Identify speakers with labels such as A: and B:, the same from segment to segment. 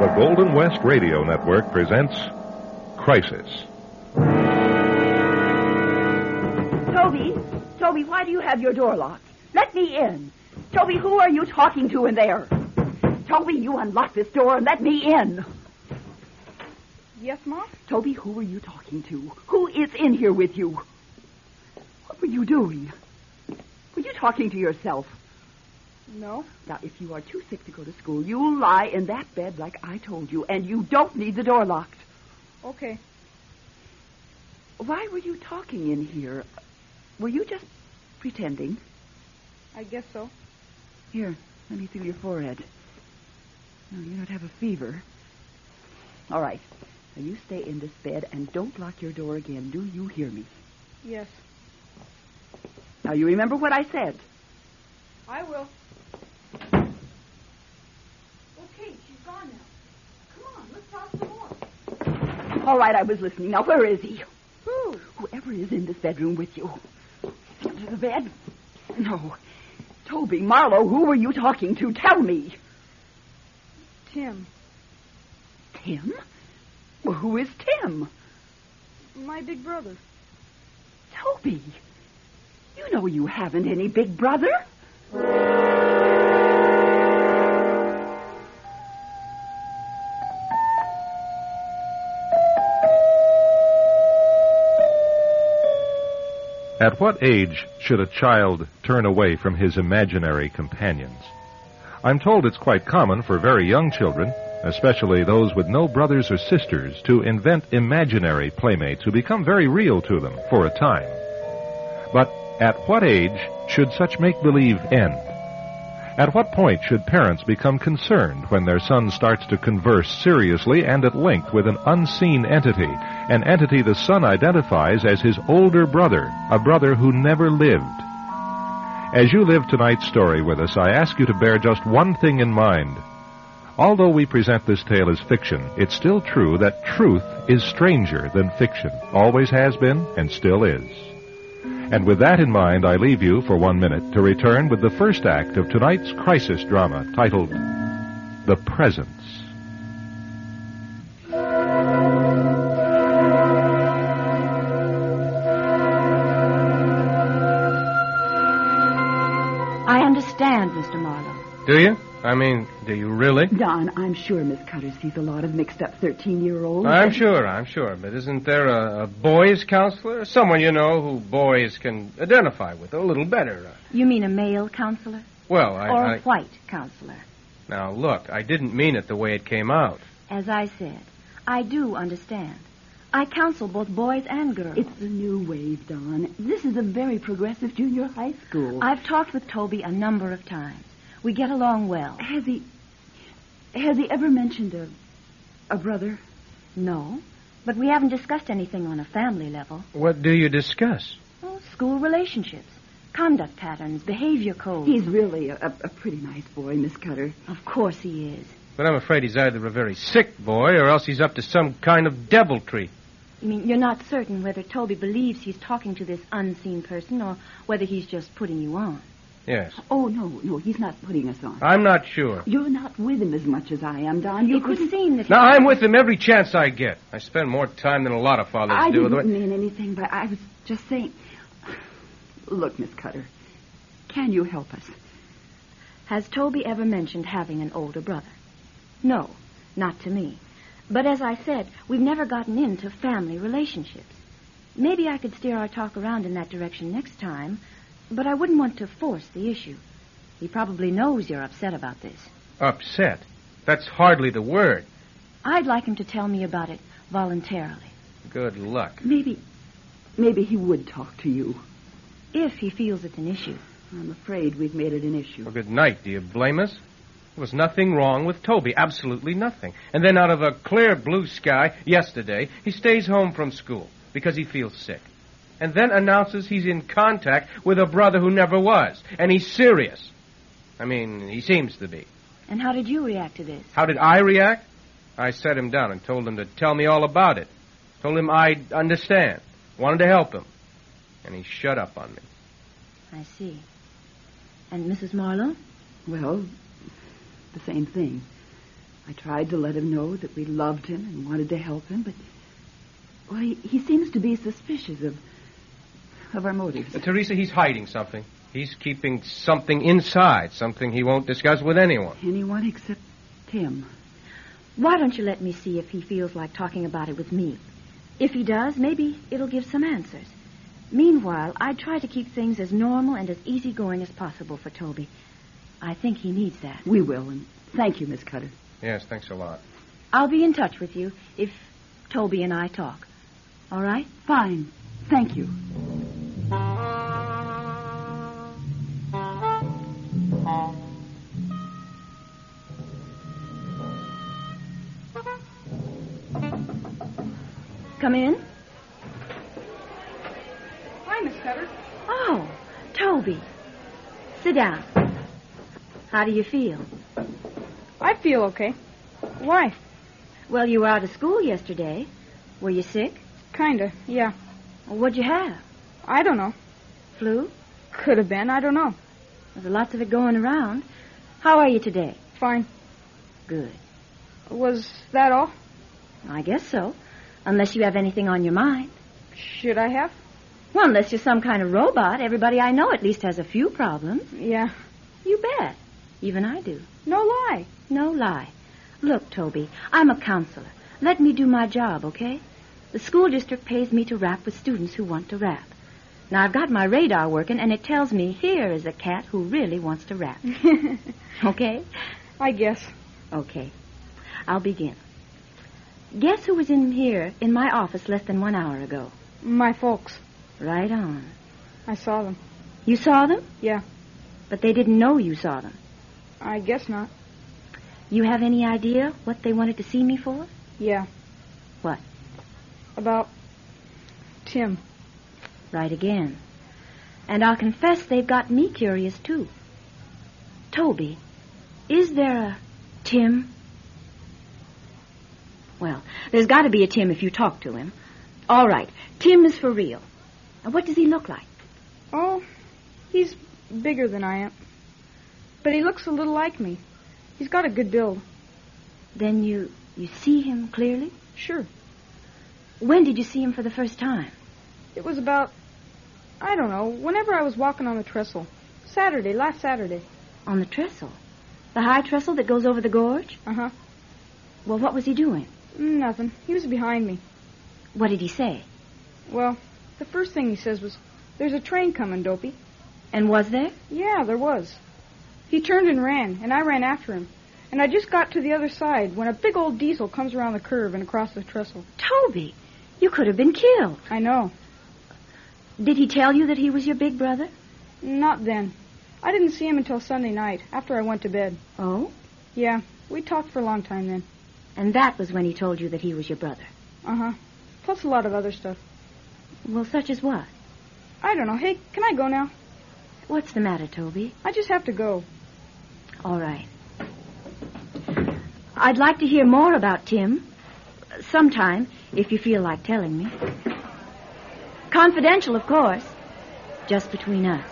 A: The Golden West Radio Network presents Crisis.
B: Toby, Toby, why do you have your door locked? Let me in. Toby, who are you talking to in there? Toby, you unlock this door and let me in.
C: Yes, Mom?
B: Toby, who are you talking to? Who is in here with you? What were you doing? Were you talking to yourself?
C: No.
B: Now, if you are too sick to go to school, you'll lie in that bed like I told you, and you don't need the door locked.
C: Okay.
B: Why were you talking in here? Were you just pretending?
C: I guess so.
B: Here, let me feel your forehead. No, you don't have a fever. All right. Now you stay in this bed and don't lock your door again. Do you hear me?
C: Yes.
B: Now you remember what I said.
C: I will. Okay, she's gone now. Come on, let's talk some more.
B: All right, I was listening. Now where is he?
C: Who?
B: Whoever is in this bedroom with you. Under the bed? No. Toby, Marlowe, who were you talking to? Tell me.
C: Tim.
B: Tim? Well, who is Tim?
C: My big brother.
B: Toby. You know you haven't any big brother.
A: At what age should a child turn away from his imaginary companions? I'm told it's quite common for very young children, especially those with no brothers or sisters, to invent imaginary playmates who become very real to them for a time. But at what age should such make believe end? At what point should parents become concerned when their son starts to converse seriously and at length with an unseen entity, an entity the son identifies as his older brother, a brother who never lived? As you live tonight's story with us, I ask you to bear just one thing in mind. Although we present this tale as fiction, it's still true that truth is stranger than fiction, always has been and still is. And with that in mind, I leave you for one minute to return with the first act of tonight's crisis drama titled The Presence.
D: I understand, Mr. Marlowe.
E: Do you? I mean, do you really?
B: Don, I'm sure Miss Cutter sees a lot of mixed up 13 year olds.
E: I'm sure, I'm sure. But isn't there a, a boys counselor? Someone you know who boys can identify with a little better. Uh,
D: You mean a male counselor
E: Well, I,
D: or
E: I.
D: a white counselor?
E: Now, look, I didn't mean it the way it came out.
D: As I said, I do understand. I counsel both boys and girls.
B: It's the new wave, Don. This is a very progressive junior high school.
D: I've talked with Toby a number of times. We get along well.
B: Has he. Has he ever mentioned a. a brother?
D: No, but we haven't discussed anything on a family level.
E: What do you discuss?
D: Oh, school relationships, conduct patterns, behavior codes.
B: He's really a, a, a pretty nice boy, Miss Cutter.
D: Of course he is.
E: But I'm afraid he's either a very sick boy or else he's up to some kind of deviltry.
D: I mean, you're not certain whether Toby believes he's talking to this unseen person or whether he's just putting you on.
E: Yes.
B: Oh, no, no, he's not putting us on.
E: I'm not sure.
B: You're not with him as much as I am, Don. You
D: it would
B: couldn't.
D: seem that
E: Now, I'm with him every chance I get. I spend more time than a lot of fathers
B: I
E: do.
B: didn't mean anything, but I was just saying. Look, Miss Cutter, can you help us?
D: Has Toby ever mentioned having an older brother? No, not to me. But as I said, we've never gotten into family relationships. Maybe I could steer our talk around in that direction next time, but I wouldn't want to force the issue. He probably knows you're upset about this.
E: Upset. That's hardly the word.
D: I'd like him to tell me about it voluntarily,
E: Good luck.
B: Maybe. Maybe he would talk to you.
D: if he feels it's an issue.
B: I'm afraid we've made it an issue.
E: Well, good night. Do you blame us? There was nothing wrong with Toby, absolutely nothing. And then out of a clear blue sky yesterday, he stays home from school because he feels sick. And then announces he's in contact with a brother who never was, and he's serious. I mean, he seems to be.
D: And how did you react to this?
E: How did I react? I set him down and told him to tell me all about it. Told him I'd understand, wanted to help him. And he shut up on me.
D: I see. And Mrs. Marlowe?
B: Well, the same thing. I tried to let him know that we loved him and wanted to help him, but well, he, he seems to be suspicious of of our motives.
E: Uh, Teresa, he's hiding something. He's keeping something inside, something he won't discuss with anyone.
B: Anyone except Tim.
D: Why don't you let me see if he feels like talking about it with me? If he does, maybe it'll give some answers. Meanwhile, I try to keep things as normal and as easygoing as possible for Toby. I think he needs that.
B: We will, and thank you, Miss Cutter.
E: Yes, thanks a lot.
D: I'll be in touch with you if Toby and I talk. All right?
B: Fine. Thank you.
D: Come in.
C: Hi, Miss Cutter.
D: Oh, Toby. Sit down. How do you feel?
C: I feel okay. Why?
D: Well, you were out of school yesterday. Were you sick?
C: Kinda, yeah.
D: What'd you have?
C: I don't know.
D: Flu?
C: Could have been, I don't know.
D: There's lots of it going around. How are you today?
C: Fine.
D: Good.
C: Was that all?
D: I guess so. Unless you have anything on your mind.
C: Should I have?
D: Well, unless you're some kind of robot, everybody I know at least has a few problems.
C: Yeah.
D: You bet. Even I do.
C: No lie.
D: No lie. Look, Toby, I'm a counselor. Let me do my job, okay? The school district pays me to rap with students who want to rap. Now, I've got my radar working, and it tells me here is a cat who really wants to rap. okay?
C: I guess.
D: Okay. I'll begin. Guess who was in here in my office less than one hour ago?
C: My folks.
D: Right on.
C: I saw them.
D: You saw them?
C: Yeah.
D: But they didn't know you saw them.
C: I guess not.
D: You have any idea what they wanted to see me for?
C: Yeah.
D: What?
C: About Tim.
D: Right again. And I'll confess they've got me curious, too. Toby, is there a Tim? Well, there's got to be a Tim if you talk to him. All right, Tim is for real. Now, what does he look like?
C: Oh, he's bigger than I am. But he looks a little like me. He's got a good build.
D: Then you you see him clearly?
C: Sure.
D: When did you see him for the first time?
C: It was about, I don't know, whenever I was walking on the trestle. Saturday, last Saturday.
D: On the trestle. The high trestle that goes over the gorge?
C: Uh huh.
D: Well, what was he doing?
C: Nothing. He was behind me.
D: What did he say?
C: Well, the first thing he says was, There's a train coming, Dopey.
D: And was there?
C: Yeah, there was. He turned and ran, and I ran after him. And I just got to the other side when a big old diesel comes around the curve and across the trestle.
D: Toby, you could have been killed.
C: I know.
D: Did he tell you that he was your big brother?
C: Not then. I didn't see him until Sunday night, after I went to bed.
D: Oh?
C: Yeah, we talked for a long time then.
D: And that was when he told you that he was your brother.
C: Uh huh. Plus a lot of other stuff.
D: Well, such as what?
C: I don't know. Hey, can I go now?
D: What's the matter, Toby?
C: I just have to go.
D: All right. I'd like to hear more about Tim. Sometime, if you feel like telling me. Confidential, of course. Just between us.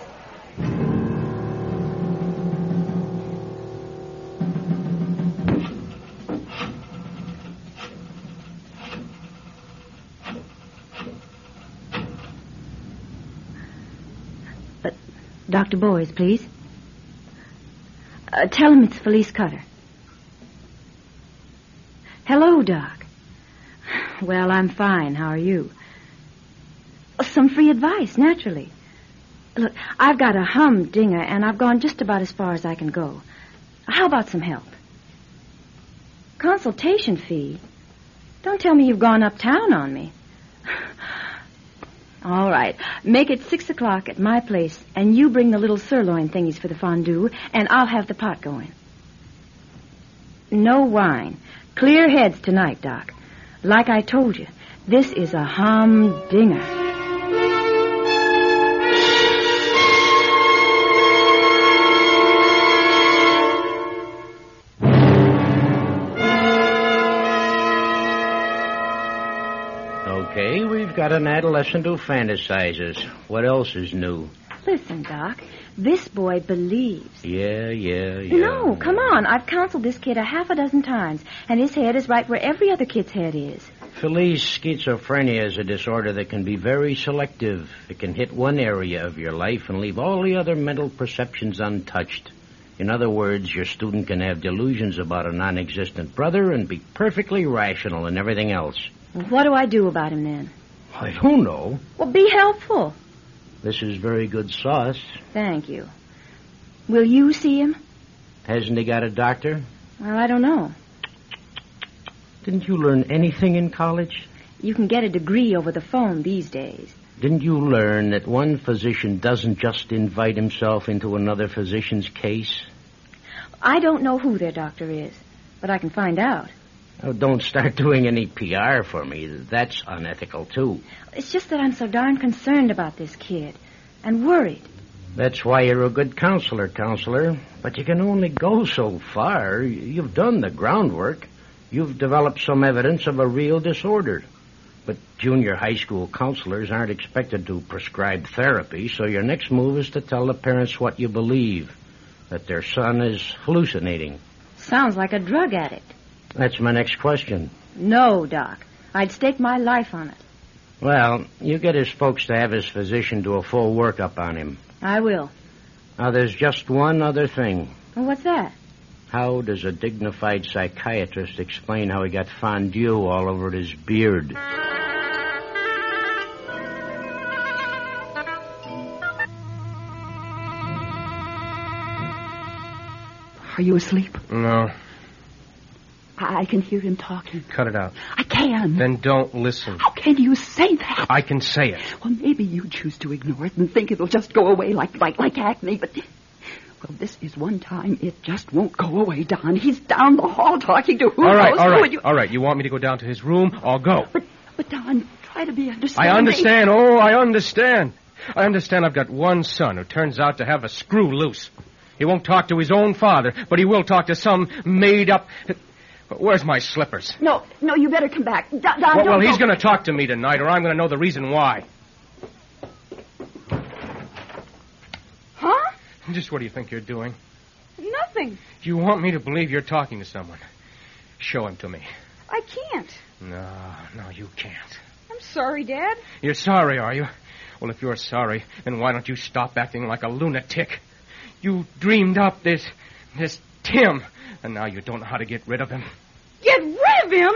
D: But, Dr. Boys, please. Uh, tell him it's Felice Cutter. Hello, Doc. Well, I'm fine. How are you? Some free advice, naturally. Look, I've got a humdinger, and I've gone just about as far as I can go. How about some help? Consultation fee? Don't tell me you've gone uptown on me. All right. Make it six o'clock at my place, and you bring the little sirloin thingies for the fondue, and I'll have the pot going. No wine. Clear heads tonight, Doc. Like I told you, this is a humdinger.
F: Okay, we've got an adolescent who fantasizes. What else is new?
D: Listen, Doc, this boy believes.
F: Yeah, yeah, yeah.
D: No, come on. I've counseled this kid a half a dozen times, and his head is right where every other kid's head is.
F: Felice, schizophrenia is a disorder that can be very selective. It can hit one area of your life and leave all the other mental perceptions untouched. In other words, your student can have delusions about a non existent brother and be perfectly rational in everything else.
D: What do I do about him then?
F: I don't know.
D: Well, be helpful.
F: This is very good sauce.
D: Thank you. Will you see him?
F: Hasn't he got a doctor?
D: Well, I don't know.
F: Didn't you learn anything in college?
D: You can get a degree over the phone these days.
F: Didn't you learn that one physician doesn't just invite himself into another physician's case?
D: I don't know who their doctor is, but I can find out.
F: Oh, don't start doing any PR for me. That's unethical, too.
D: It's just that I'm so darn concerned about this kid and worried.
F: That's why you're a good counselor, counselor. But you can only go so far. You've done the groundwork. You've developed some evidence of a real disorder. But junior high school counselors aren't expected to prescribe therapy, so your next move is to tell the parents what you believe that their son is hallucinating.
D: Sounds like a drug addict.
F: That's my next question.
D: No, Doc. I'd stake my life on it.
F: Well, you get his folks to have his physician do a full workup on him.
D: I will.
F: Now, there's just one other thing.
D: Well, what's that?
F: How does a dignified psychiatrist explain how he got fondue all over his beard?
B: Are you asleep?
E: No,
B: I, I can hear him talking.
E: cut it out.
B: I can.
E: Then don't listen.
B: How can you say that?
E: I can say it.
B: Well, maybe you choose to ignore it and think it'll just go away like like like acne, but well, this is one time it just won't go away, Don. He's down the hall talking to who
E: all right,
B: knows
E: all
B: who.
E: right,
B: and You...
E: all right. You want me to go down to his room? I'll go.
B: But but Don, try to be understanding.
E: I understand. Oh, I understand. I understand I've got one son who turns out to have a screw loose. He won't talk to his own father, but he will talk to some made up. Where's my slippers?
B: No, no, you better come back, Don. Don
E: Well,
B: don't
E: well, he's
B: go.
E: going to talk to me tonight, or I'm going to know the reason why.
B: Huh?
E: Just what do you think you're doing?
C: Nothing.
E: You want me to believe you're talking to someone? Show him to me.
C: I can't.
E: No, no, you can't.
C: I'm sorry, Dad.
E: You're sorry, are you? Well, if you're sorry, then why don't you stop acting like a lunatic? You dreamed up this, this Tim, and now you don't know how to get rid of him.
C: Get rid of him?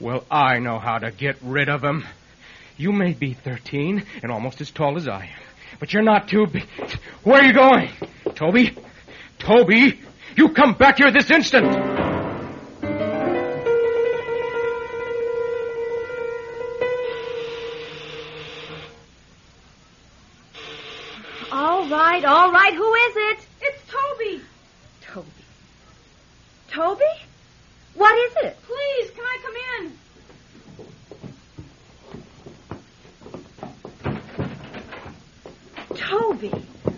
E: Well, I know how to get rid of him. You may be 13 and almost as tall as I am, but you're not too big. Where are you going? Toby? Toby? You come back here this instant!
D: All right, all right. Who is it?
C: It's Toby.
D: Toby. Toby? What is it?
C: Please, can I come in?
D: Toby.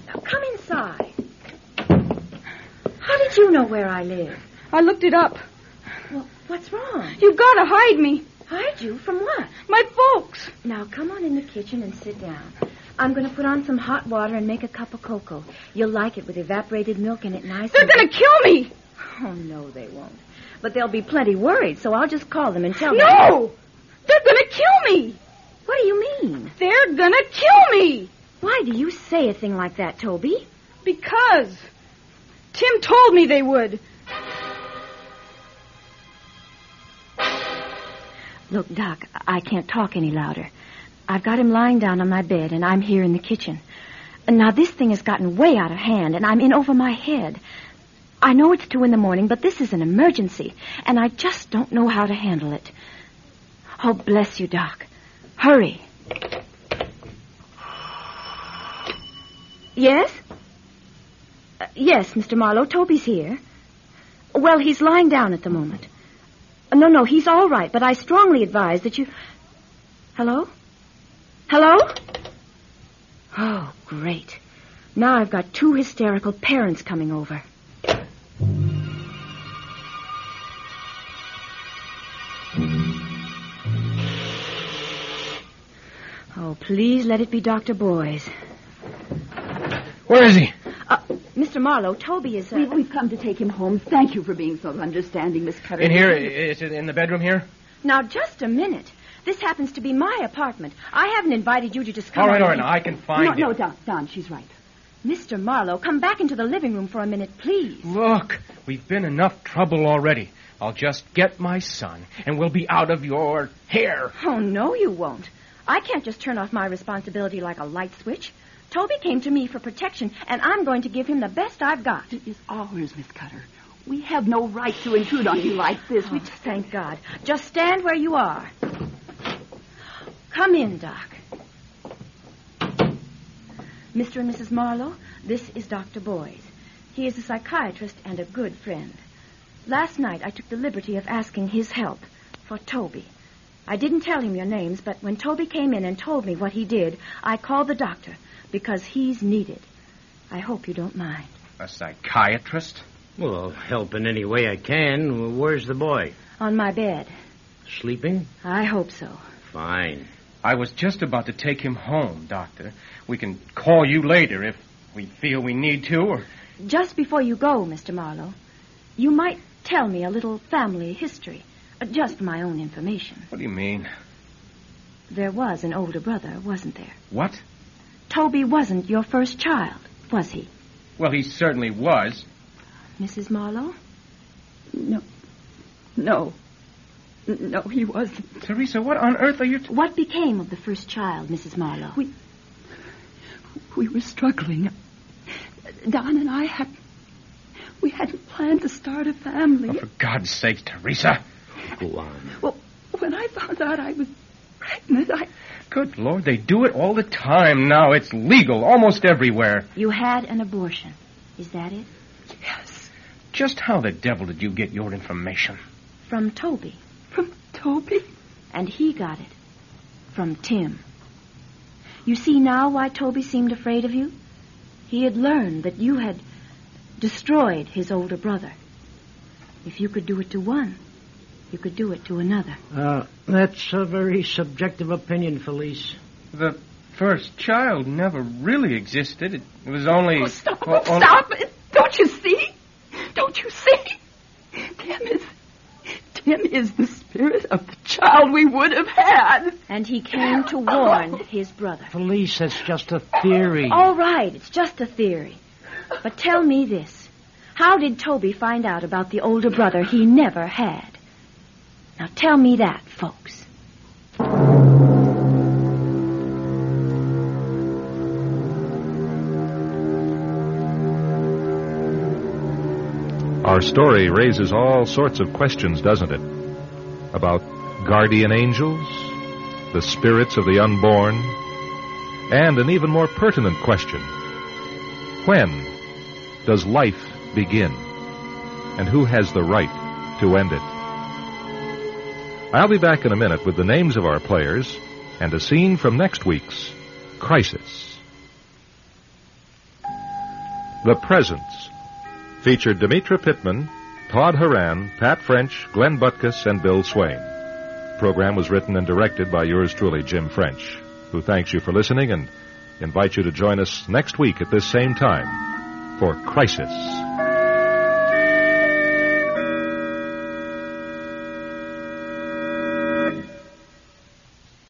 D: Now come inside. How did you know where I live?
C: I looked it up.
D: Well, what's wrong?
C: You gotta hide me.
D: Hide you from what?
C: My folks.
D: Now come on in the kitchen and sit down. I'm going to put on some hot water and make a cup of cocoa. You'll like it with evaporated milk in it nice.
C: They're
D: and-
C: gonna kill me.
D: Oh, no, they won't. But they'll be plenty worried, so I'll just call them and tell them.
C: No! They're gonna kill me.
D: What do you mean?
C: They're gonna kill me.
D: Why do you say a thing like that, Toby?
C: Because Tim told me they would.
D: Look, Doc, I can't talk any louder. I've got him lying down on my bed, and I'm here in the kitchen. Now, this thing has gotten way out of hand, and I'm in over my head. I know it's two in the morning, but this is an emergency, and I just don't know how to handle it. Oh, bless you, Doc. Hurry. Yes? Uh, yes, Mr. Marlowe, Toby's here. Well, he's lying down at the moment. Uh, No, no, he's all right, but I strongly advise that you. Hello? Hello? Oh, great. Now I've got two hysterical parents coming over. Oh, please let it be Dr. Boyce.
E: Where is he?
D: Uh, Mr. Marlowe, Toby is. Uh...
B: We, we've come to take him home. Thank you for being so understanding, Miss Cutter.
E: In here? Is it in the bedroom here?
D: Now, just a minute. This happens to be my apartment. I haven't invited you to just come.
E: All right, all
D: over
E: right.
D: here.
E: Now I can find
B: No,
E: him.
B: no, Don, Don, she's right.
D: Mr. Marlowe, come back into the living room for a minute, please.
E: Look, we've been enough trouble already. I'll just get my son, and we'll be out of your hair.
D: Oh, no, you won't. I can't just turn off my responsibility like a light switch. Toby came to me for protection, and I'm going to give him the best I've got.
B: It is ours, Miss Cutter. We have no right to intrude on you like this.
D: Oh,
B: We just
D: thank God. Just stand where you are. Come in, Doc. Mr. and Mrs. Marlowe, this is Dr. Boyes. He is a psychiatrist and a good friend. Last night I took the liberty of asking his help for Toby. I didn't tell him your names, but when Toby came in and told me what he did, I called the doctor because he's needed. I hope you don't mind.
E: A psychiatrist?
F: Well, I'll help in any way I can. Well, Where's the boy?
D: On my bed.
F: Sleeping?
D: I hope so.
F: Fine.
E: I was just about to take him home, Doctor. We can call you later if we feel we need to, or.
D: Just before you go, Mr. Marlowe, you might tell me a little family history, uh, just for my own information.
E: What do you mean?
D: There was an older brother, wasn't there?
E: What?
D: Toby wasn't your first child, was he,
E: Well, he certainly was.
D: Mrs. Marlowe?
B: no, no, no. He wasn't.
E: Teresa, what on earth are you. T-
D: What became of the first child, Mrs. Marlowe?
B: We- We were struggling. Don and I had we hadn't planned to start a family.
E: oh, for God's sake, Teresa.
F: Go on.
B: Well, when I found out I was pregnant, I
E: Good Lord, they do it all the time now. It's legal almost everywhere.
D: You had an abortion. Is that it?
B: yes
E: Just how the devil did you get your information?
D: From Toby.
B: from Toby.
D: And he got it. From Tim. You see now why Toby seemed afraid of you? He had learned that you had destroyed his older brother. If you could do it to one, you could do it to another.
F: Uh, that's a very subjective opinion, Felice.
E: The first child never really existed. It, it was only.
B: Oh, stop!
E: o- on-
B: stop it! Don't you see? Don't you see? Tim is Tim is the spirit of the child we would have had.
D: And he came to warn his brother.
F: Felice, that's just a theory.
D: All right, it's just a theory. But tell me this. How did Toby find out about the older brother he never had? Now tell me that, folks.
A: Our story raises all sorts of questions, doesn't it? About guardian angels, the spirits of the unborn, and an even more pertinent question When does life begin? And who has the right to end it? I'll be back in a minute with the names of our players and a scene from next week's Crisis. The Presence featured Demetra Pittman, Todd Haran, Pat French, Glenn Butkus, and Bill Swain. program was written and directed by yours truly, Jim French, who thanks you for listening and invites you to join us next week at this same time for Crisis.